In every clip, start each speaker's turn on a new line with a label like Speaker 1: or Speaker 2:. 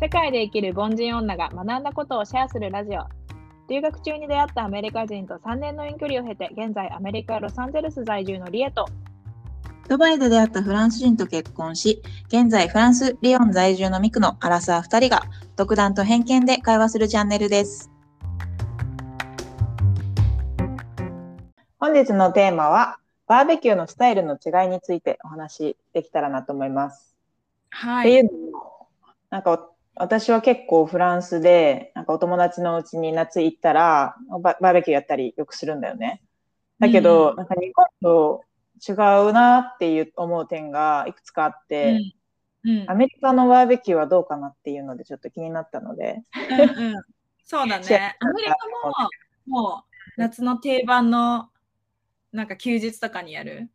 Speaker 1: 世界で生きる凡人女が学んだことをシェアするラジオ留学中に出会ったアメリカ人と3年の遠距離を経て現在アメリカ・ロサンゼルス在住のリエと
Speaker 2: ドバイで出会ったフランス人と結婚し、現在フランス・リヨン在住のミクのアラサー2人が独断と偏見で会話するチャンネルです。本日のテーマは、バーベキューのスタイルの違いについてお話しできたらなと思います。
Speaker 1: は
Speaker 2: っていうのも、なんかお私は結構フランスで、なんかお友達のうちに夏行ったらバ、バーベキューやったりよくするんだよね。だけど、なんか日本と違うなっていう思う点がいくつかあって、
Speaker 1: うんうん
Speaker 2: アメリカのバーベキューはどうかなっていうのでちょっと気になったので、
Speaker 1: うんうんそうだ
Speaker 2: シェア
Speaker 1: ね。アメリカももう夏の定番のなんか休日とかにやる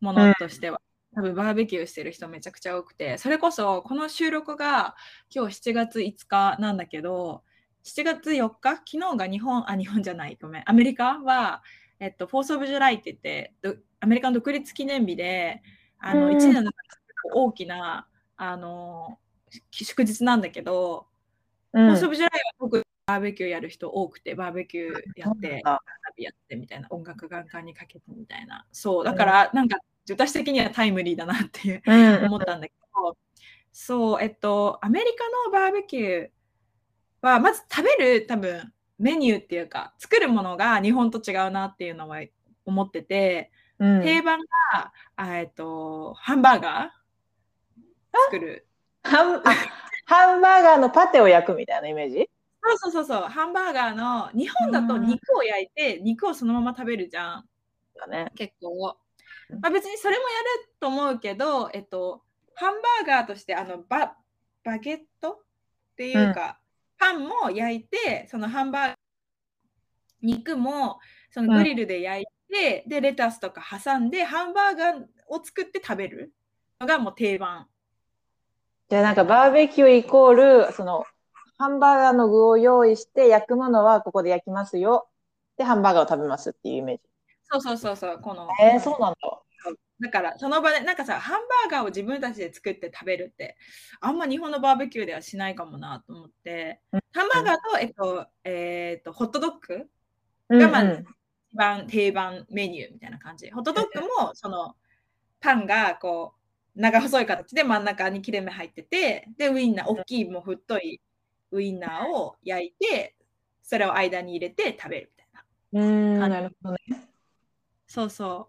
Speaker 1: ものとしては、多分バーベキューしてる人めちゃくちゃ多くて、それこそこの収録が今日7月5日なんだけど、7月4日、昨日が日本、あ、日本じゃない、ごめん、アメリカは、えっと、フォース・オブ・ジュライって言って、どアメリカの独立記念日で、あ
Speaker 2: う
Speaker 1: の、
Speaker 2: ん
Speaker 1: 1年の中で大きな、あの、祝日なんだけど、
Speaker 2: うん
Speaker 1: フォースオブジュライは僕バーベキューやる人多くてバーベキューやって
Speaker 2: そうな
Speaker 1: 花
Speaker 2: んだ
Speaker 1: 火やってみたいな音楽ガンガンにかけてみたいなそうだからなんか私的にはタイムリーだなっていう
Speaker 2: うん
Speaker 1: 思ったんだけどそうえっとアメリカのバーベキューはまず食べる多分メニューっていうか作るものが日本と違うなっていうのは思ってて
Speaker 2: うん
Speaker 1: 定番が、あえっと、ハンバーガー作る
Speaker 2: ハンあハンバーガーのパテを焼くみたいなイメージ
Speaker 1: そうそうそうそう、ハンバーガーの日本だと
Speaker 2: うん
Speaker 1: 肉を焼いて肉をそのまま食べるじゃん、
Speaker 2: だね。
Speaker 1: 結構
Speaker 2: うん。
Speaker 1: まあ、別にそれもやると思うけど、えっと、ハンバーガーとしてあのババゲットっていうか、パンも焼いて、そのハンバーガー、肉もそのグリルで焼いて、で、レタスとか挟んで、ハンバーガーを作って食べるのがもう定番。
Speaker 2: じゃあなんかバーベキューイコール、そのハンバーガーの具を用意して焼くものはここで焼きますよ。で、ハンバーガーを食べますっていうイメージ。
Speaker 1: そうそうそうそう、この。
Speaker 2: えー、そうなんだ。
Speaker 1: だからその場でなんかさハンバーガーを自分たちで作って食べるってあんま日本のバーベキューではしないかもなと思って
Speaker 2: うん
Speaker 1: ハンバーガーと,、えっとえっとホットドッグ
Speaker 2: 我
Speaker 1: がまず一番定番メニューみたいな感じ、ホットドッグもそのパンがこう長細い形で真ん中に切れ目入っててでウインナー大きいもう太いウインナーを焼いてそれを間に入れて食べるみたいな
Speaker 2: うん、なるほどね。
Speaker 1: そうそう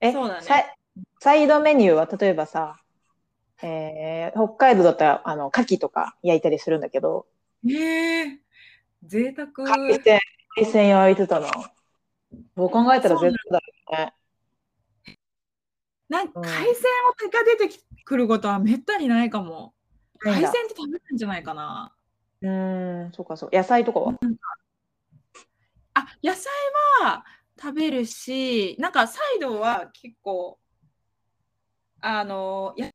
Speaker 2: え、
Speaker 1: そうだね
Speaker 2: サイサイドメニューは例えばさ、えー北海道だったらあの牡蠣とか焼いたりするんだけど、
Speaker 1: ええ贅沢
Speaker 2: 海鮮、海鮮焼いてたな。そう考えたら絶対だよね。
Speaker 1: なんか
Speaker 2: うん
Speaker 1: 海鮮をが出てくることはめったにないかも。海鮮って食べないんじゃないかな。
Speaker 2: 鮮うん、そうかそう。野菜とかは
Speaker 1: あ野菜は食べるし、なんかサイドは結構、あの、野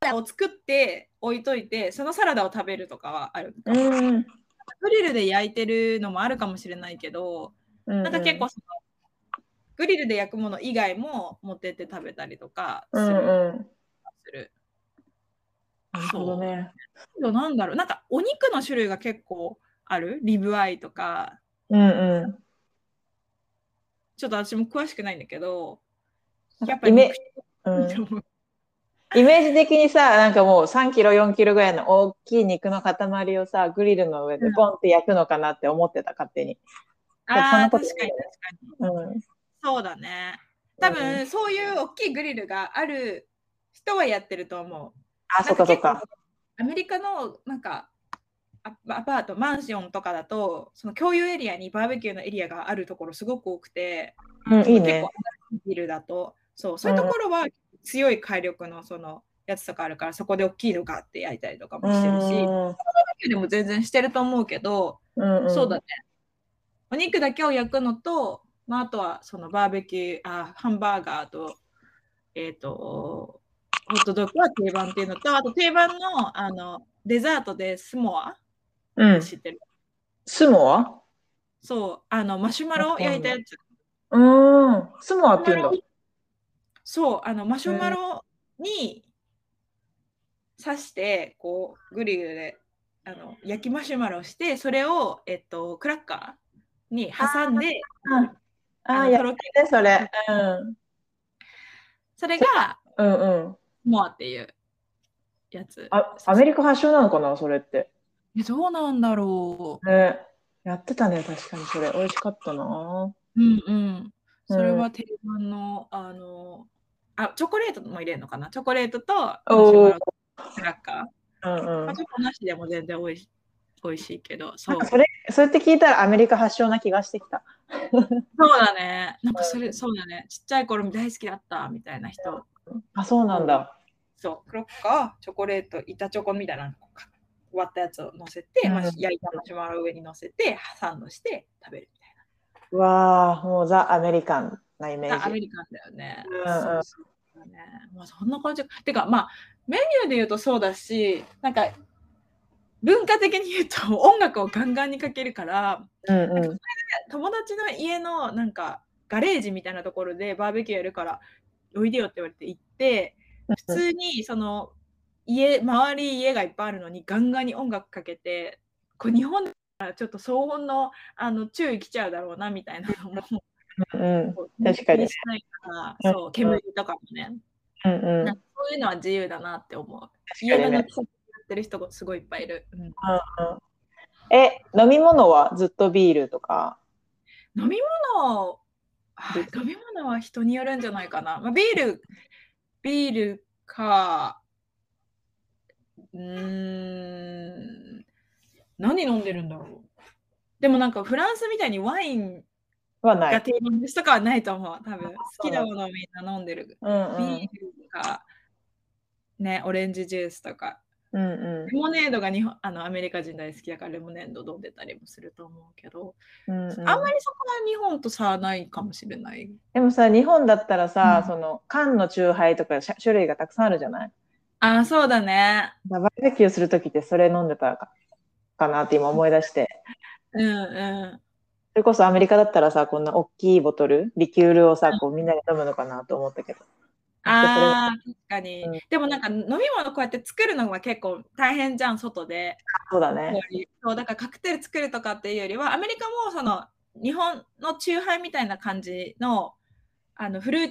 Speaker 1: 菜を作って置いといて、そのサラダを食べるとかはある。
Speaker 2: うん。
Speaker 1: グリルで焼いてるのもあるかもしれないけど、
Speaker 2: な
Speaker 1: なんか結構、その、グリルで焼くもの以外も持ってって食べたりとかす
Speaker 2: う
Speaker 1: る。
Speaker 2: んうん。
Speaker 1: する
Speaker 2: なるほどね。
Speaker 1: けどなんだろうなんかお肉の種類が結構あるリブアイとか
Speaker 2: うんう
Speaker 1: ちょっと私も詳しくないんだけど
Speaker 2: なんか
Speaker 1: やっぱり
Speaker 2: イメ
Speaker 1: 肉
Speaker 2: んうん
Speaker 1: と。思う
Speaker 2: イメージ的にさ、なんかもう3キロ、4キロぐらいの大きい肉の塊をさ、グリルの上でボンって焼くのかなって思ってた、勝手に。そん
Speaker 1: あ
Speaker 2: な
Speaker 1: ー確か
Speaker 2: こ
Speaker 1: に
Speaker 2: と
Speaker 1: 確か
Speaker 2: ない
Speaker 1: に
Speaker 2: うん。
Speaker 1: そうだね多分そういう大きいグリルがある人はやってると思う
Speaker 2: あ、そっかそっ
Speaker 1: なん
Speaker 2: か
Speaker 1: 結。構アメリカのなんかアアパートマンションとかだとその共有エリアにバーベキューのエリアがあるところすごく多くて
Speaker 2: うん、 い
Speaker 1: 結
Speaker 2: いね
Speaker 1: 構。ビルだとそうそういうところは強い火力のそのやつとかあるからそこで大きいのガって焼いたりとかもしてるし、バーベキューでも全然してると思うけど、
Speaker 2: うん
Speaker 1: そうだねお肉だけを焼くのと、まあ、あとはそのバーベキューあハンバーガーとえっ、とホットドッグは定番っていうのとあと定番のあのデザートでスモア
Speaker 2: うん。
Speaker 1: 知ってる、
Speaker 2: スモア
Speaker 1: そうあのマシュマロを焼いたやつ
Speaker 2: うーん。スモアって言うんだ。
Speaker 1: そう、あのマシュマロに、刺してこうグリルであの焼きマシュマロしてそれを、えっと、クラッカーに挟んで
Speaker 2: うんあ
Speaker 1: あ
Speaker 2: あ、
Speaker 1: の
Speaker 2: や
Speaker 1: と
Speaker 2: る
Speaker 1: ろ
Speaker 2: ね
Speaker 1: け、
Speaker 2: それ。うん。
Speaker 1: それが
Speaker 2: うんうん。
Speaker 1: モアっていうやつ。
Speaker 2: あ、アメリカ発祥なのかな、それって。
Speaker 1: えどうなんだろ
Speaker 2: ね。やってたね、確かにそれ。美味しかったな。
Speaker 1: う。うんうん。それは定番の、あのあチョコレートも入れるのかなチョコレートとマシュマロとクラッカー。
Speaker 2: うんうん
Speaker 1: まあ、。チョコなしでも全然おいし美味しいけど、
Speaker 2: な
Speaker 1: そ
Speaker 2: ん
Speaker 1: う
Speaker 2: かそれ、それって聞いたらアメリカ発祥な気がしてきた。
Speaker 1: そうだね。なんかそれ、そうだね。ちっちゃい頃大好きだったみたいな人。
Speaker 2: あ、そうなんだ。
Speaker 1: そう、クロッカー、チョコレート、板チョコみたいなのか割ったやつを乗せて、まあ
Speaker 2: うん
Speaker 1: 焼いたマシュマロを上に乗せて、サンドして食べるみたいう
Speaker 2: わあ、もうザ・アメリカンなイメ
Speaker 1: な。あア
Speaker 2: ー
Speaker 1: メ
Speaker 2: ジ。
Speaker 1: リカンだよね。
Speaker 2: うん
Speaker 1: そうそうだね。まあそんな感じ。てか、まあ、メニューで言うとそうだし、なんか、文化的に言うと音楽をガンガンにかけるから、
Speaker 2: うんうん。
Speaker 1: 友達の家のなんかガレージみたいなところでバーベキューやるからおいでよって言われて行って普通にその家周り家がいっぱいあるのにガンガンに音楽かけてこう日本だったらちょっと騒音のあの注意来ちゃうだろうなみ たいなのも
Speaker 2: うん
Speaker 1: こう
Speaker 2: 確かに
Speaker 1: 気しないからそう煙とかもね
Speaker 2: うんうん。
Speaker 1: なんかそういうのは自由だなって思う
Speaker 2: か
Speaker 1: 家
Speaker 2: にね
Speaker 1: の中でやってる人がすごいいっぱいいる、うん
Speaker 2: え、飲み物はずっとビールとか。
Speaker 1: 飲み物あ飲み物は人によるんじゃないかな、まあ、ビールビールかうーん何飲んでるんだろうでもなんかフランスみたいにワイン
Speaker 2: はな
Speaker 1: が
Speaker 2: い。
Speaker 1: 定番ですとかはないと思う多分好きな
Speaker 2: そう
Speaker 1: ものをみんな飲んでる、
Speaker 2: うんう
Speaker 1: ビー
Speaker 2: ん。
Speaker 1: ルかねオレンジジュースとか
Speaker 2: うん
Speaker 1: レモネードが日本あのアメリカ人大好きだからレモネード飲んでたりもすると思うけど
Speaker 2: うん。うん
Speaker 1: あんまりそこは日本と差はないかもしれない。
Speaker 2: でもさ、日本だったらさ、
Speaker 1: うん
Speaker 2: その缶のチューハイとかしゃ種類がたくさんあるじゃない
Speaker 1: ああ、そうだね。
Speaker 2: バーベキューするときってそれ飲んでたかかなって今思い出して。
Speaker 1: うんう
Speaker 2: それこそアメリカだったらさ、こんな大きいボトル、リキュールをさ、こうみんなで飲むのかなと思ったけど。
Speaker 1: ん。ああ、確かに
Speaker 2: うん。
Speaker 1: でもなんか飲み物こうやって作るのが結構大変じゃん、外で。
Speaker 2: そうだね。
Speaker 1: そうだからカクテル作るとかっていうよりは、アメリカもその日本のチューハイみたいな感じのあのフルー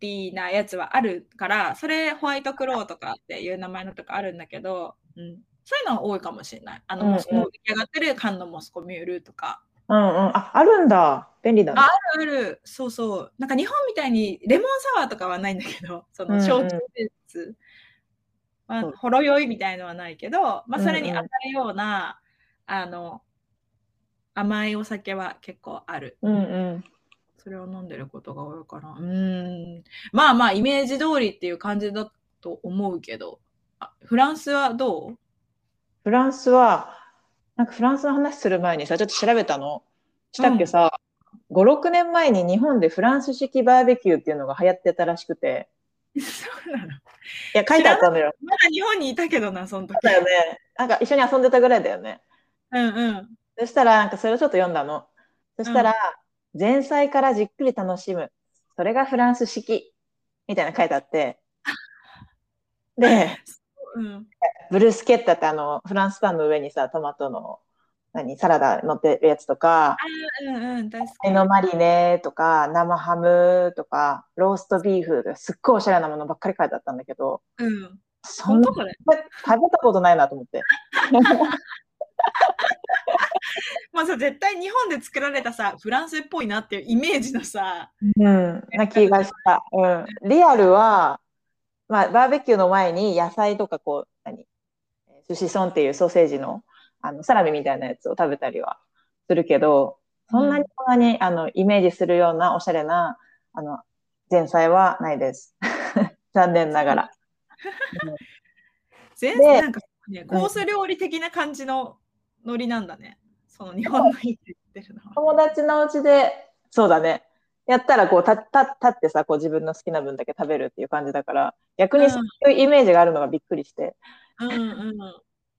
Speaker 1: ティーなやつはあるから、それホワイトクローとかっていう名前のとかあるんだけど、うん、そういうのは多いかもしれない。あの、
Speaker 2: うんうん
Speaker 1: モスコ、出来上がってる缶のモスコミュールとか。
Speaker 2: うんうん。あ、あるんだ。便利だね。
Speaker 1: ああるそうそうなんか日本みたいにレモンサワーとかはないんだけど そ
Speaker 2: うん
Speaker 1: の
Speaker 2: うん
Speaker 1: 焼酎ベース、ま
Speaker 2: そう
Speaker 1: あ、ほろ酔いみたいのはないけど、まあ、それに
Speaker 2: うんうん
Speaker 1: 当たるような、あの甘いお酒は結構ある
Speaker 2: うんうん。
Speaker 1: それを飲んでることが多いかなうーんまあまあイメージ通りっていう感じだと思うけどあフランスはどう
Speaker 2: フランスは、なんかフランスの話する前にさ、ちょっと調べたの。したっけさ、5、6年前に日本でフランス式バーベキューっていうのが流行ってたらしくて。
Speaker 1: そうなの
Speaker 2: いや、書いてあったのよ。
Speaker 1: まだ日本にいたけどなその時
Speaker 2: だよね。なんか一緒に遊んでたぐらいだよね。
Speaker 1: うんうん
Speaker 2: そしたら、なんかそれをちょっと読んだの。そしたら、前菜からじっくり楽しむ。それがフランス式。みたいなの書いてあって。で、
Speaker 1: うん
Speaker 2: ブルースケッタってあの、フランスパンの上にさ、トマトの、何、サラダ乗ってるやつとか、
Speaker 1: うんうん確か
Speaker 2: エ
Speaker 1: に
Speaker 2: ノマリネとか、生ハムとか、ローストビーフとか、すっごいおしゃれなものばっかり書いてあったんだけど、
Speaker 1: うん
Speaker 2: そ
Speaker 1: 本
Speaker 2: んな
Speaker 1: 当これ
Speaker 2: 食べたことないなと思って。
Speaker 1: まあさ絶対日本で作られたさフランスっぽいなっていうイメージのさ
Speaker 2: うん、な気がした。うん。リアルは、まあ、バーベキューの前に野菜とかこう、何えー寿司ソンっていうソーセージの、あの、サラミみたいなやつを食べたりはするけど、そんなにそんなに、あの、イメージするようなおしゃれな、あの、前菜はないです。 残念ながら。
Speaker 1: 全
Speaker 2: で
Speaker 1: 然なんか、ね、コース料理的な感じのノリなんだねその日本の家で言ってるのは
Speaker 2: 友達のうちで、そうだね。やったらこう、た、た、立ってさ、こう自分の好きな分だけ食べるっていう感じだから、逆にそういうイメージがあるのがびっくりして。
Speaker 1: うんうん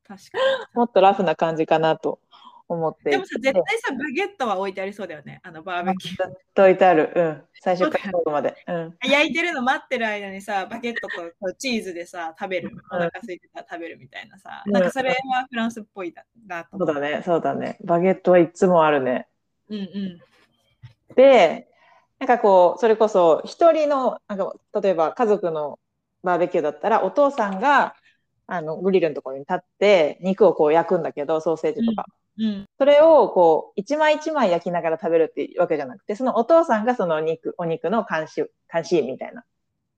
Speaker 1: 確か
Speaker 2: もっとラフな感じかなと思っていて。
Speaker 1: でもさ、絶対さ、バゲットは置いてありそうだよね。あのバーベキュー。
Speaker 2: ずっと置いてある。うん。最初から最後まで。うん。
Speaker 1: 焼いてるの待ってる間にさ、バゲットとこうチーズでさ、食べる。お腹空いてたら食べるみたいなさ。
Speaker 2: うん
Speaker 1: なんかそれはフランスっぽいだなと
Speaker 2: そ
Speaker 1: 思
Speaker 2: うだね、そうだね。バゲットはいつもあるね。
Speaker 1: うんうん。
Speaker 2: で、なんかこう、それこそ、一人の、なんか例えば家族のバーベキューだったら、お父さんが、あの、グリルのところに立って、肉をこう焼くんだけど、ソーセージとか。
Speaker 1: うん
Speaker 2: それをこう、一枚一枚焼きながら食べるっていうわけじゃなくて、そのお父さんがその肉、お肉の監視、監視員みたいな。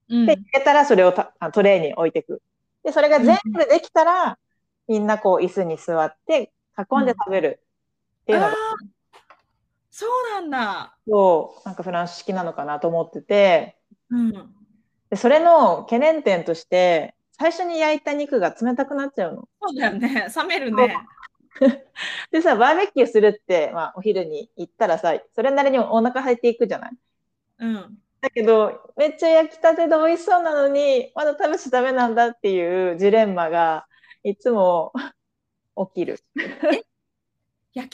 Speaker 1: うん
Speaker 2: で、入れたらそれをたあトレーに置いてく。で、それが全部できたら、みんなこう、椅子に座って、囲んで食べるっていうの
Speaker 1: あ
Speaker 2: が
Speaker 1: ーそうなんだ。
Speaker 2: そう、なんかフランス式なのかなと思ってて、
Speaker 1: うん。
Speaker 2: で、それの懸念点として、最初に焼いた肉が冷たくなっちゃうの。
Speaker 1: そうだよね。 冷めるね。
Speaker 2: でさ、バーベキューするって、まあ、お昼に行ったらさ、それなりにお腹入っていくじゃない
Speaker 1: うん。
Speaker 2: だけど、めっちゃ焼きたてで美味しそうなのに、まだ食べちゃダメなんだっていうジレンマが、いつも 起きる。
Speaker 1: 焼きながら食べるん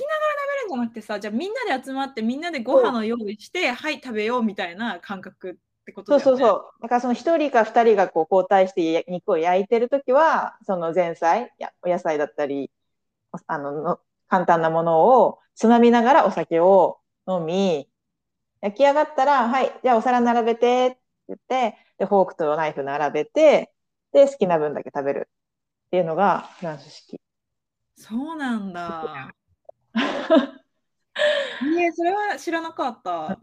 Speaker 1: じゃなくてさ、じゃあみんなで集まってみんなでご飯を用意して、はい、食べようみたいな感覚ってこと
Speaker 2: そう
Speaker 1: だよ
Speaker 2: そ
Speaker 1: ね。
Speaker 2: うそう。だからその一人か二人がこう交代してや肉を焼いてるときは、その前菜、やお野菜だったり、おあのの、簡単なものをつまみながらお酒を飲み、焼き上がったら、はい、じゃあお皿並べてって言って、で、フォークとナイフ並べて、で、好きな分だけ食べるっていうのがフランス式。
Speaker 1: そうなんだ。ねえそれは知らなかった。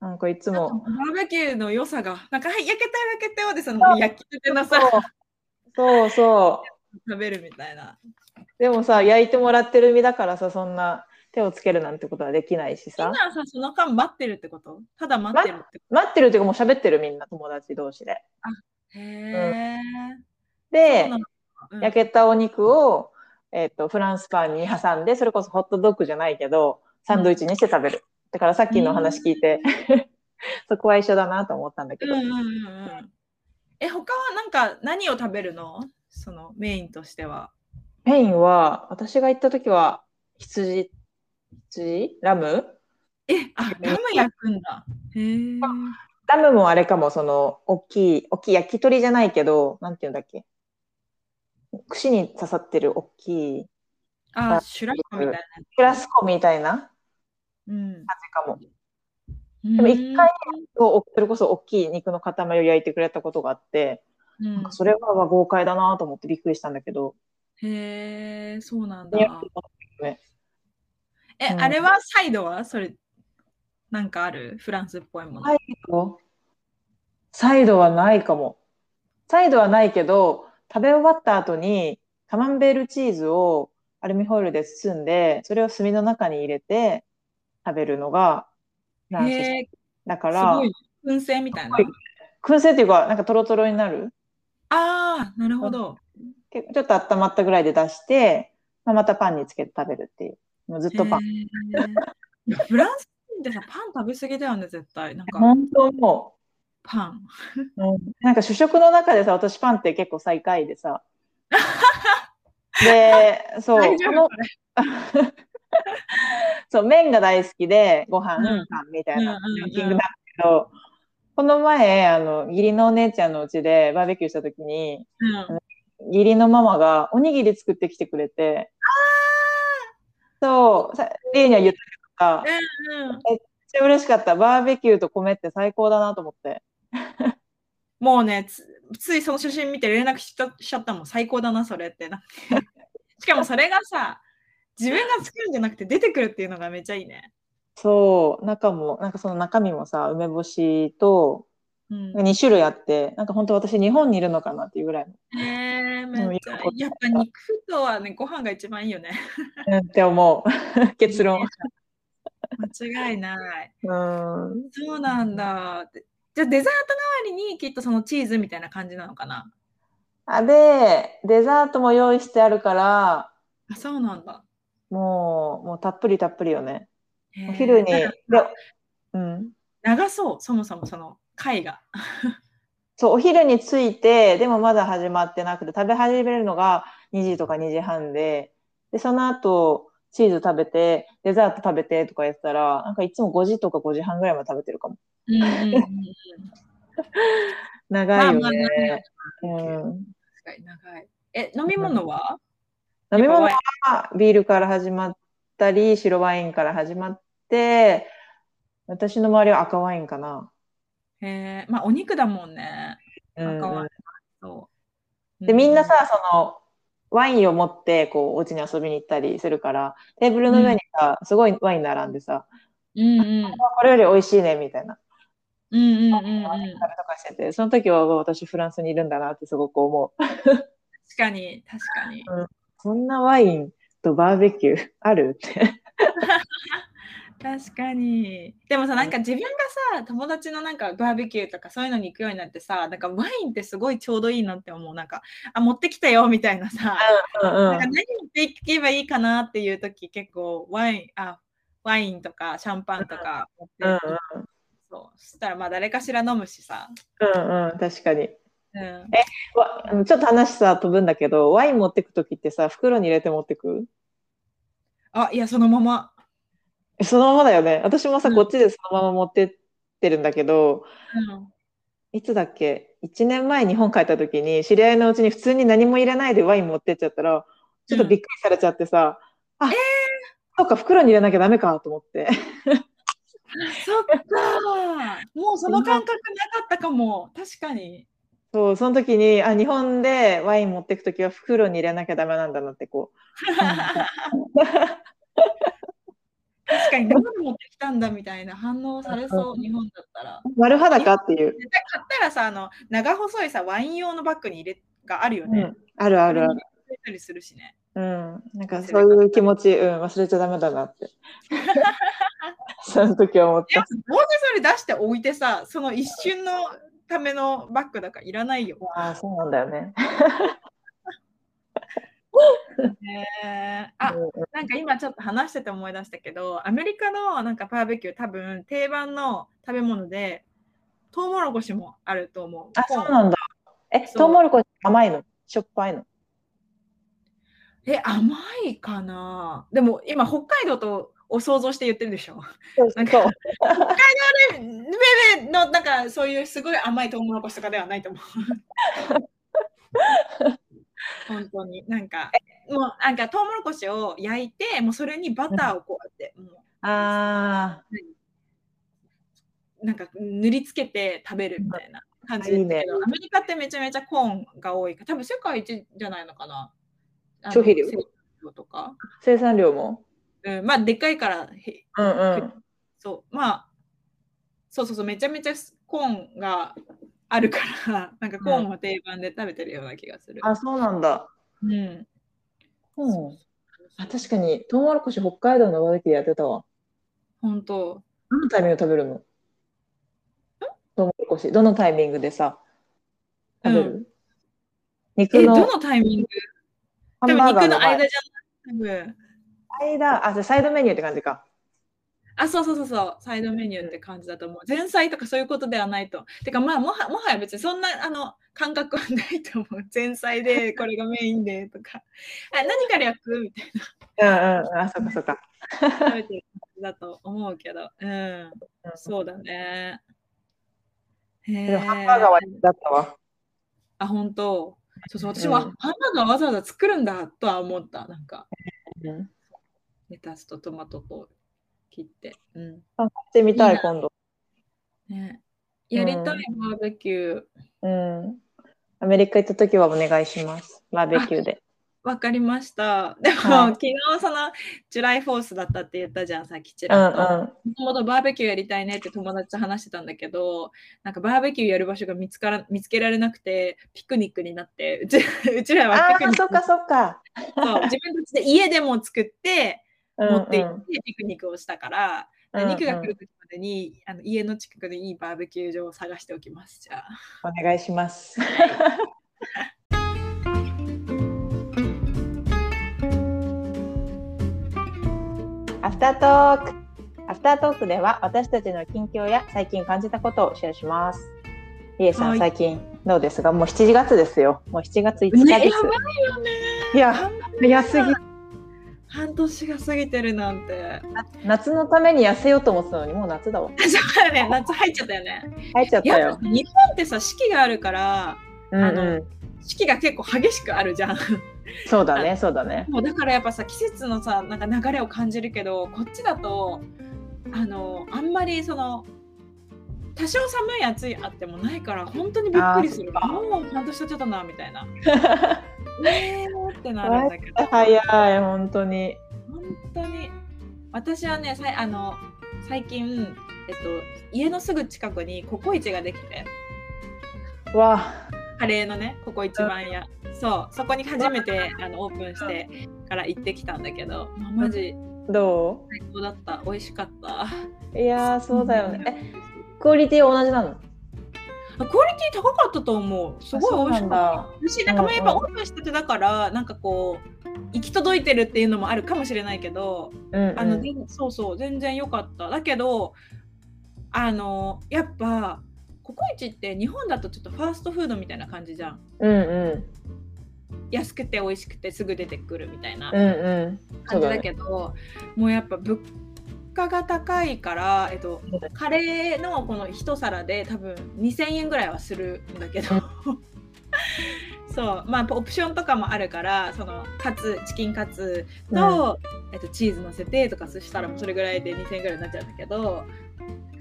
Speaker 2: なんかいつ
Speaker 1: バ
Speaker 2: も、
Speaker 1: ーベキューの良さが、なんか、はい、焼けたよ、焼けたよで、そ
Speaker 2: そ
Speaker 1: の
Speaker 2: う
Speaker 1: 焼きたての
Speaker 2: そう
Speaker 1: さ、
Speaker 2: そうそう。
Speaker 1: 食べるみたいな。
Speaker 2: でもさ、焼いてもらってる身だからさ、そんな手をつけるなんてことはできないし
Speaker 1: みんな
Speaker 2: さ。
Speaker 1: はさ、その間待ってるってことただ待ってるってこ
Speaker 2: 待ってるっていうかもう喋ってるみんな友達同士で。
Speaker 1: と。へえ。
Speaker 2: で
Speaker 1: そうな、んだうん
Speaker 2: 焼けたお肉を、えっとフランスパンに挟んで、それこそホットドッグじゃないけど、サンドイッチにして食べる。だからさっきの話聞いて、そこは一緒だなと思ったんだけ
Speaker 1: うん
Speaker 2: ど、
Speaker 1: うんうんうん。え、他はなんか何を食べるのそのメインとしては。
Speaker 2: スペインは、私が行った時は、羊、羊ラム
Speaker 1: え、あ、ラム焼くんだ。へえ。
Speaker 2: ラムもあれかも、その、大きい、大きい焼き鳥じゃないけど、なんていうんだっけ。串に刺さってる大きい、
Speaker 1: あ、シュラッコみたいな。
Speaker 2: クラスコみたいな感
Speaker 1: うん。
Speaker 2: じかも。
Speaker 1: で
Speaker 2: でも一回、そうそれこそ大きい肉の塊を焼いてくれたことがあって、
Speaker 1: うん
Speaker 2: なんかそれは豪快だなと思ってびっくりしたんだけど、
Speaker 1: へえ、そうなんだ
Speaker 2: い。や
Speaker 1: え、
Speaker 2: うん
Speaker 1: あれはサイドはそれ、なんかあるフランスっぽいもの。
Speaker 2: サイドサイドはないかも。サイドはないけど、食べ終わった後にカマンベールチーズをアルミホイルで包んで、それを炭の中に入れて食べるのがフランス式
Speaker 1: へえ、
Speaker 2: だか
Speaker 1: す
Speaker 2: ら
Speaker 1: ご、い。燻製みたいな
Speaker 2: す。ごい燻製っていうか、なんかトロトロになる
Speaker 1: ああ、なるほど。
Speaker 2: けちょっと温まったぐらいで出して、まあ、またパンにつけて食べるっていう。もうずっとパン。
Speaker 1: へえフランス人ってさ、パン食べ過ぎだよね、絶対。なんか、
Speaker 2: 本当も
Speaker 1: パン。
Speaker 2: う、なんか主食の中でさ、私パンって結構最下位 でさ。で、そう、
Speaker 1: 大丈
Speaker 2: こ
Speaker 1: 夫
Speaker 2: の、そう、麺が大好きで、ご飯、
Speaker 1: うん
Speaker 2: パンみたいな
Speaker 1: うんうんうん
Speaker 2: ランキングなんだけど、この前、あの、義理のお姉ちゃんのうちでバーベキューした時に、
Speaker 1: うん。
Speaker 2: 義理のママがおにぎり作ってきてくれて、そう、さリーには言ったけどさ、めっ
Speaker 1: うん
Speaker 2: ちゃ嬉しかった。バーベキューと米って最高だなと思って。
Speaker 1: もうねつ、ついその写真見て連絡しちゃしちゃったもん、最高だな、それってな。 しかもそれがさ、自分が作るんじゃなくて出てくるっていうのがめっちゃいいね。
Speaker 2: そう、中も、なんかその中身もさ、梅干しと、
Speaker 1: うん
Speaker 2: 2種類あって、なんか本当私日本にいるのかなっていうぐらい、
Speaker 1: ねえめっちゃ
Speaker 2: そういうこと
Speaker 1: やっぱ肉とはねご飯が一番いいよね。
Speaker 2: うんって思う。 結論。
Speaker 1: 間違いない。
Speaker 2: うん。
Speaker 1: そうなんだ。でじゃあデザート代わりにきっとそのチーズみたいな感じなのかな。
Speaker 2: あ、で、デザートも用意してあるから、
Speaker 1: あそうなんだ。
Speaker 2: もう、もうたっぷりたっぷりよね。
Speaker 1: へえ
Speaker 2: お昼に、
Speaker 1: なん
Speaker 2: で
Speaker 1: か
Speaker 2: うん。
Speaker 1: 長そうそもそもその貝が。
Speaker 2: そう、お昼に着いて、でもまだ始まってなくて、食べ始めるのが2時とか2時半で、で、その後、チーズ食べて、デザート食べてとかやってたら、なんかいつも5時とか5時半ぐらいまで食べてるかも。
Speaker 1: うんうんうん
Speaker 2: 長いよね。
Speaker 1: まあまあ
Speaker 2: うん、
Speaker 1: 確かに長い。え、飲み物は
Speaker 2: 飲み物はビールから始まったり、白ワインから始まって、私の周りは赤ワインかな。
Speaker 1: えー、まあお肉だもんね。
Speaker 2: うん
Speaker 1: 赤ワインそう
Speaker 2: で、みんな、さ、その、ワインを持って、こう、お家に遊びに行ったりするから、テーブルの上にさ、すごいワイン並んでさ、
Speaker 1: うんうん
Speaker 2: あこれより美味しいね、みたいな、
Speaker 1: うんうんうんうん、
Speaker 2: 食べ
Speaker 1: 確
Speaker 2: とかしてて、その時はうわ私フランスにいるんだなってすごく思う。
Speaker 1: かに確かに
Speaker 2: そんなワインとバーベキューあるって。
Speaker 1: 確かにでもさなんか自分がさ友達のなんかバーベキューとかそういうのに行くようになってさなんかワインってすごいちょうどいいなって思うなんかあ持ってきたよみたいなさ、
Speaker 2: うんう
Speaker 1: なんか何持っていけばいいかなっていう時結構ワインあワインとかシャンパンとか持って、
Speaker 2: うんうん
Speaker 1: そうそしたらまあ誰かしら飲むしさ、
Speaker 2: うんうん、確かに。
Speaker 1: うん、
Speaker 2: わうんちょっと話さ飛ぶんだけど、ワイン持ってく時ってさ、袋に入れて持ってく
Speaker 1: あいやそのまま、
Speaker 2: えそのままだよね。私もさ、
Speaker 1: うん
Speaker 2: こっちでそのまま持ってってるんだけど、
Speaker 1: うん、
Speaker 2: いつだっけ ?1 年前日本帰った時に、知り合いのうちに普通に何も入れないでワイン持ってっちゃったら、ちょっとびっくりされちゃってさ、あ、そうか、袋に入れなきゃダメかと思って。
Speaker 1: そっかもうその感覚なかったかも確かに
Speaker 2: そう、その時に、あ、日本でワイン持ってく時は袋に入れなきゃダメなんだなって、こ
Speaker 1: 確かに何持ってきたんだみたいな反応されそう日本だったら
Speaker 2: う、丸裸っていう。
Speaker 1: 絶対買ったらさあの長細いさワイン用のバッグに入れがあるよ
Speaker 2: う
Speaker 1: ね、
Speaker 2: ん、あるあるある。
Speaker 1: 入れたりするしね
Speaker 2: うん、なんかそういう気持ち、うん、忘れちゃダメだな って。その時は思っ
Speaker 1: でも
Speaker 2: た。
Speaker 1: どうせそれ出しておいてさその一瞬のためのバッグだからいらないよ
Speaker 2: ああ、そうなんだよね。
Speaker 1: ねあ
Speaker 2: うん
Speaker 1: なんか今ちょっと話してて思い出したけどアメリカのなんかバーベキュー多分定番の食べ物でトウモロコシもあると思う
Speaker 2: あ、そうなんだ。え、
Speaker 1: そう
Speaker 2: トウモロコシ甘いのしょっぱいの
Speaker 1: え甘いかなでも今北海道とを想像して言ってるでしょ
Speaker 2: そう
Speaker 1: なん
Speaker 2: そう。
Speaker 1: ベベのなんかそういうすごい甘いトウモロコシとかではないと思う。 本当になんかもうなんかトウモロコシを焼いてもうそれにバターをこうやっても
Speaker 2: あ
Speaker 1: うなんか塗りつけて食べるみたいな感じ
Speaker 2: あ
Speaker 1: だ
Speaker 2: い
Speaker 1: け
Speaker 2: いね
Speaker 1: どアメリカってめちゃめちゃコーンが多いから多分世界一じゃないのかな。あの
Speaker 2: 消費量
Speaker 1: 生産量とか、
Speaker 2: あ、生産量も。
Speaker 1: うん、まあでっかいからへ
Speaker 2: うんうん。
Speaker 1: そうまあそうそうそうめちゃめちゃコーンがあるから なんかコーンは定番で食べてるような気がする。
Speaker 2: あ、そうなんだ。
Speaker 1: うん。
Speaker 2: うん。あ、確かに、トウモロコシ北海道のバーベキューでやってたわ。
Speaker 1: 本当
Speaker 2: どのタイミングで食べるのトウモロコシ、どのタイミングでさ、食べる、
Speaker 1: う
Speaker 2: 肉
Speaker 1: えど
Speaker 2: の
Speaker 1: のタイミング
Speaker 2: ハ
Speaker 1: 多
Speaker 2: ン
Speaker 1: 分
Speaker 2: バーガー
Speaker 1: 肉の間じゃ
Speaker 2: 前
Speaker 1: ない多分
Speaker 2: 間、あ、じゃあサイドメニューって感じか。
Speaker 1: あそうそうそうそうサイドメニューって感じだと思う。前菜とかそういうことではないと。てかまあもはもはや別にそんなあの感覚はないと思う。前菜 でこれがメインでとか。あ何から焼くみたい
Speaker 2: うんうん、あ、そっかそっか。
Speaker 1: な食べてる感じだと思うけど。うん。そうだね。
Speaker 2: うん。
Speaker 1: へ
Speaker 2: で
Speaker 1: ー
Speaker 2: もハンバーガーはだったわ。
Speaker 1: あ、本当。そうそう、
Speaker 2: うん
Speaker 1: 私はハンバーガーわざわざ作るんだとは思った。なんか、
Speaker 2: うん。
Speaker 1: レタスとトマトと切って。うん。
Speaker 2: 参加してみ
Speaker 1: い
Speaker 2: た
Speaker 1: い
Speaker 2: い、
Speaker 1: な
Speaker 2: 今度。
Speaker 1: ね、やりたいバーベキュー。
Speaker 2: うん。アメリカ行った時はお願いします。バーベキューで。
Speaker 1: わかりました。でも、
Speaker 2: はい
Speaker 1: 昨日その、ジュライフォースだったって言ったじゃん、さっきち
Speaker 2: うんう
Speaker 1: らっと。
Speaker 2: ん。
Speaker 1: もともとバーベキューやりたいねって友達と話してたんだけど、なんかバーベキューやる場所が見つから見つけられなくて、ピクニックになって、うちうちらは
Speaker 2: あ
Speaker 1: ピクニッ
Speaker 2: あ、
Speaker 1: ク
Speaker 2: そっかそっか。
Speaker 1: そう自分たちで家でも作って、
Speaker 2: うん
Speaker 1: 持って行
Speaker 2: う
Speaker 1: っ
Speaker 2: ん
Speaker 1: てピクニックをしたから、
Speaker 2: うん
Speaker 1: 肉が来
Speaker 2: うん
Speaker 1: る時までにあの家の近くでいいバーベキュー場を探しておきます。じゃあ。
Speaker 2: お願いし ます。アフタートーク。アフタートークでは私たちの近況や最近感じたことをシェアします。リエさ
Speaker 1: は
Speaker 2: ん、
Speaker 1: い
Speaker 2: 最近どうですが、もう7月ですよ。もう7月5日です。
Speaker 1: いよね
Speaker 2: いや、早すぎ。
Speaker 1: 半年が過ぎてるなんて。
Speaker 2: 夏のために痩せようと思ってたのに、もう夏だわ。
Speaker 1: そうだね、夏入っちゃったよね。
Speaker 2: 入っちゃっ
Speaker 1: い
Speaker 2: た
Speaker 1: や
Speaker 2: よ。
Speaker 1: 日本ってさ四季があるから
Speaker 2: うん
Speaker 1: あの
Speaker 2: う
Speaker 1: 四季が結構激しくあるじゃん
Speaker 2: ん。そうだね、そうだね。
Speaker 1: もうだからやっぱさ季節のさなんか流れを感じるけどこっちだとあのあんまりその多少寒い暑いあってもないから本当にびっくりする
Speaker 2: あーそ
Speaker 1: もう半年経っちゃったなみたい なえーってなるんだけど
Speaker 2: 早い、本当に。
Speaker 1: 本当に私はねさいあの最近、えっと、家のすぐ近くにココイチができて
Speaker 2: わ
Speaker 1: カレーのねここ一番屋、そうそこに初めてあのオープンしてから行ってきたんだけど、まあ、マジ
Speaker 2: あ、ど
Speaker 1: 最高だった美味しかった
Speaker 2: ういやー、そうだよね。え、クオリティは同じなの
Speaker 1: えクオリティ高かったと思うすごい美味しかっ
Speaker 2: った
Speaker 1: しなんかまあやっぱ
Speaker 2: うん
Speaker 1: オープンしたてだからなんかこう行き届いてるっていうのもあるかもしれないけど
Speaker 2: た。うん、うん。
Speaker 1: あの、全そうそう全然良かっただけどあのやっぱココイチって日本だとちょっとファーストフードみたいな感じじゃん
Speaker 2: うんうん。
Speaker 1: 安くて美味しくてすぐ出てくるみたいな
Speaker 2: うんうん。
Speaker 1: 感じだけどもうやっぱ物価が高いから、えっと、カレーのこの一皿で多分2,000円ぐらいはするんだけど そうまあやっぱオプションとかもあるからそのカツチキンカツと,、えっとチーズ乗せてとかそしたらもうそれぐらいで2,000円ぐらいになっちゃうんだけど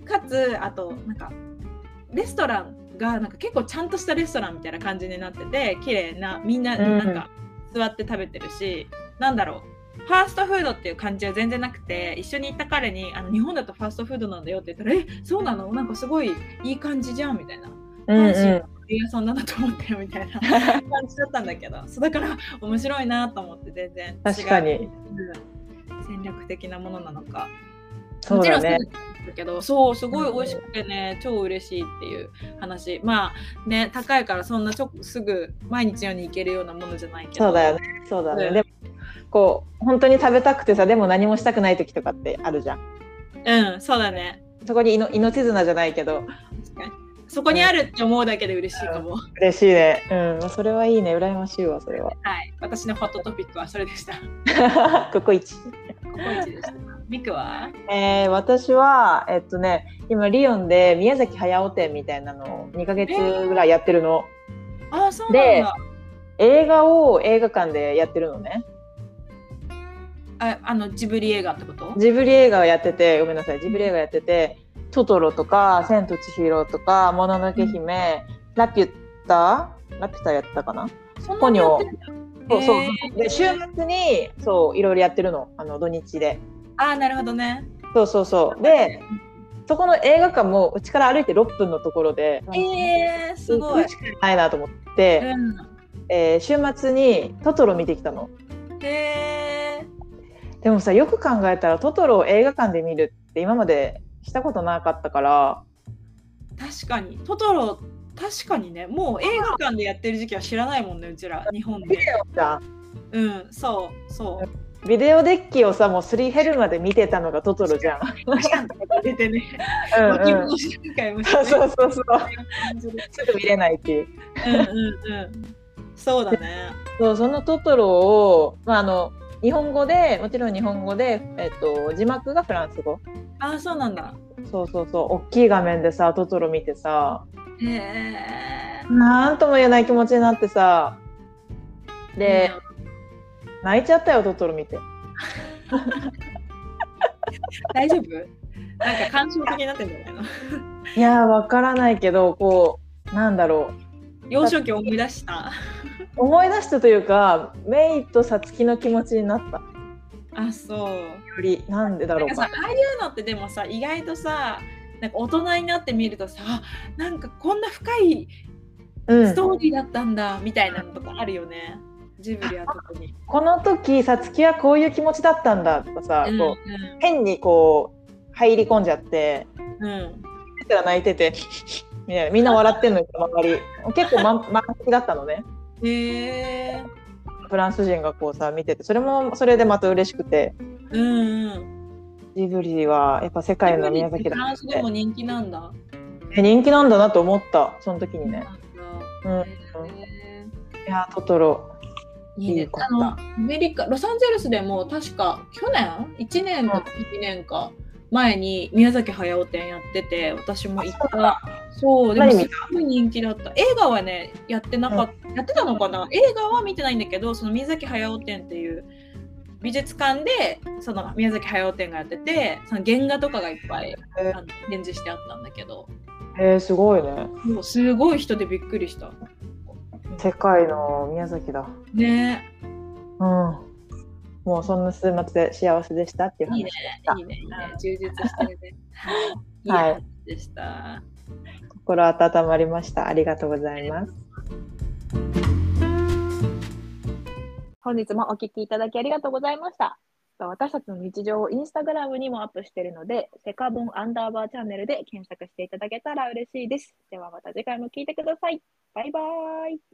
Speaker 1: かつあとなんかレストランがなんか結構ちゃんとしたレストランみたいな感じになってて綺麗なみんな
Speaker 2: うん
Speaker 1: なんか座って食べてるし、なんだろうファーストフードっていう感じは全然なくて一緒に行った彼にあの日本だとファーストフードなんだよって言ったら「えそうなのなんかすごいいい感じじゃん」みたいな
Speaker 2: う
Speaker 1: フ
Speaker 2: ん
Speaker 1: ァンシー
Speaker 2: う。
Speaker 1: なカレー屋さんなんだと思ったよみたいな 感じだったんだけどそうだから面白いなと思って全然違うん
Speaker 2: 確かに。
Speaker 1: うん戦略的なものなのか
Speaker 2: そうだね
Speaker 1: もちろん。そうだけどそうすごい美味しくてね超嬉しいっていう話まあね高いからそんなちょすぐ毎日のように行けるようなものじゃないけど
Speaker 2: そうだよね。そうだね。
Speaker 1: うん
Speaker 2: でも、こう、本当に食べたくてさ、でも何もしたくない時とかってあるじゃん。
Speaker 1: うんそうだね
Speaker 2: そこにいの命綱じゃないけど、
Speaker 1: 確かにそこにあるって思うだけで嬉しいかも、は
Speaker 2: 嬉しいね。うん、それはいいね。羨ましいわ、それは。
Speaker 1: い私のホットトピックはそれでしたこ
Speaker 2: ここ一。
Speaker 1: こイチでしたミクは
Speaker 2: えー、私は、えっとね、今、リヨンで宮崎駿展みたいなのを2ヶ月ぐらいやってるの。
Speaker 1: ああそうなんだ
Speaker 2: 映画を映画館でやってるのね。
Speaker 1: ああのジブリ映画ってこと
Speaker 2: ジブリ映画をやってて、ごめんなさい、ジブリ映画やってて、トトロとか、千と千尋とか、もののけ姫、ラピュタラピュタやったかな、
Speaker 1: そん
Speaker 2: ポ
Speaker 1: な
Speaker 2: ニ
Speaker 1: にや
Speaker 2: ョ
Speaker 1: ってんだ
Speaker 2: そうそう
Speaker 1: へー
Speaker 2: で、週末に、そう、いろいろやってるの。あの、土日で。
Speaker 1: ああなるほどね
Speaker 2: そうそうそう。で、そこの映画館も、うちから歩いて6分のところで、
Speaker 1: えー、すごい
Speaker 2: 行く、しかないなと思って、
Speaker 1: う
Speaker 2: えー週末にトトロ見てきたの。
Speaker 1: ん、へえ
Speaker 2: でもさよく考えたらトトロを映画館で見るって今までしたことなかったから
Speaker 1: 確かにトトロ確かにねもう映画館でやってる時期は知らないもんねうちら日本
Speaker 2: ビ
Speaker 1: で
Speaker 2: デオじゃん
Speaker 1: うんそうそう
Speaker 2: ビデオデッキをさもうすり減るまで見てたのがトトロじゃん。
Speaker 1: 出てね
Speaker 2: うん
Speaker 1: 巻き
Speaker 2: うん
Speaker 1: 戻しなんかやりまし
Speaker 2: そ
Speaker 1: たね
Speaker 2: うそうそうそう
Speaker 1: 感じる
Speaker 2: すぐ見れないっていう
Speaker 1: うんうんうんそうだね
Speaker 2: そうそのトトロを、まあ、あの日本語でもちろん日本語で、えっと、字幕がフランス語
Speaker 1: ああそうなんだ
Speaker 2: そうそうそう大きい画面でさトトロ見てさ
Speaker 1: へえ
Speaker 2: なんとも言えない気持ちになってさで、泣いちゃったよトトロ見て
Speaker 1: 大丈夫なんか感傷的になってんじゃ ないの
Speaker 2: いやーわからないけどこうなんだろう
Speaker 1: 幼少期思い出した
Speaker 2: 思い出したというかメイとサツキの気持ちになったよ
Speaker 1: あそう
Speaker 2: りなんでだ
Speaker 1: な
Speaker 2: ろ
Speaker 1: ん
Speaker 2: う
Speaker 1: か
Speaker 2: か
Speaker 1: さああいうのってでもさ意外とさなんか大人になってみるとさあなんかこんな深い
Speaker 2: うん
Speaker 1: ス、トーリーだったんだ、みたいなのとかあるよねジブリは特に。
Speaker 2: この時サツキはこういう気持ちだったんだとかさ、
Speaker 1: うん
Speaker 2: こう変にこう入り込んじゃって
Speaker 1: うんうん
Speaker 2: そしたら泣いててみたいなみんな笑ってんのよ周り結構、ま、 満席だったのね
Speaker 1: へえ
Speaker 2: フランス人がこうさ見ててそれもそれでまた嬉しくて
Speaker 1: うんうん。
Speaker 2: ジブリはやっぱ世界の宮崎
Speaker 1: フ
Speaker 2: だ
Speaker 1: ラ
Speaker 2: な
Speaker 1: ン
Speaker 2: っ
Speaker 1: スで
Speaker 2: て
Speaker 1: も人気なんだ。
Speaker 2: え人気なんだなと思ったその時にね、
Speaker 1: なんだ
Speaker 2: うん、
Speaker 1: へ
Speaker 2: いやートトロ
Speaker 1: いいね
Speaker 2: よ
Speaker 1: あ
Speaker 2: かっ
Speaker 1: の
Speaker 2: た
Speaker 1: アメリカロサンゼルスでも確か去年1年か2年か前に宮崎駿展やってて私も行ったそうでも
Speaker 2: 何
Speaker 1: す
Speaker 2: 見
Speaker 1: ごい人気だった映画はねやってなかった、やってたのかな映画は見てないんだけどその宮崎駿展っていう美術館でその宮崎駿展がやっててその原画とかがいっぱい
Speaker 2: え
Speaker 1: あの展示してあったんだけど
Speaker 2: えー、すごいね。
Speaker 1: もうすごい人でびっくりした
Speaker 2: 世界の宮崎だ。
Speaker 1: ね
Speaker 2: うん。もうそんな週末で幸せでしたっていう話でした。
Speaker 1: いいねいいね充実してる ねはいいい
Speaker 2: はい
Speaker 1: 話でした
Speaker 2: 心温まりました。ありがとうございます。
Speaker 3: 本日もお聞きいただきありがとうございました。私たちの日常をインスタグラムにもアップしているので、セカボンアンダーバーチャンネルで検索していただけたら嬉しいです。ではまた次回も聞いてください。バイバーイ。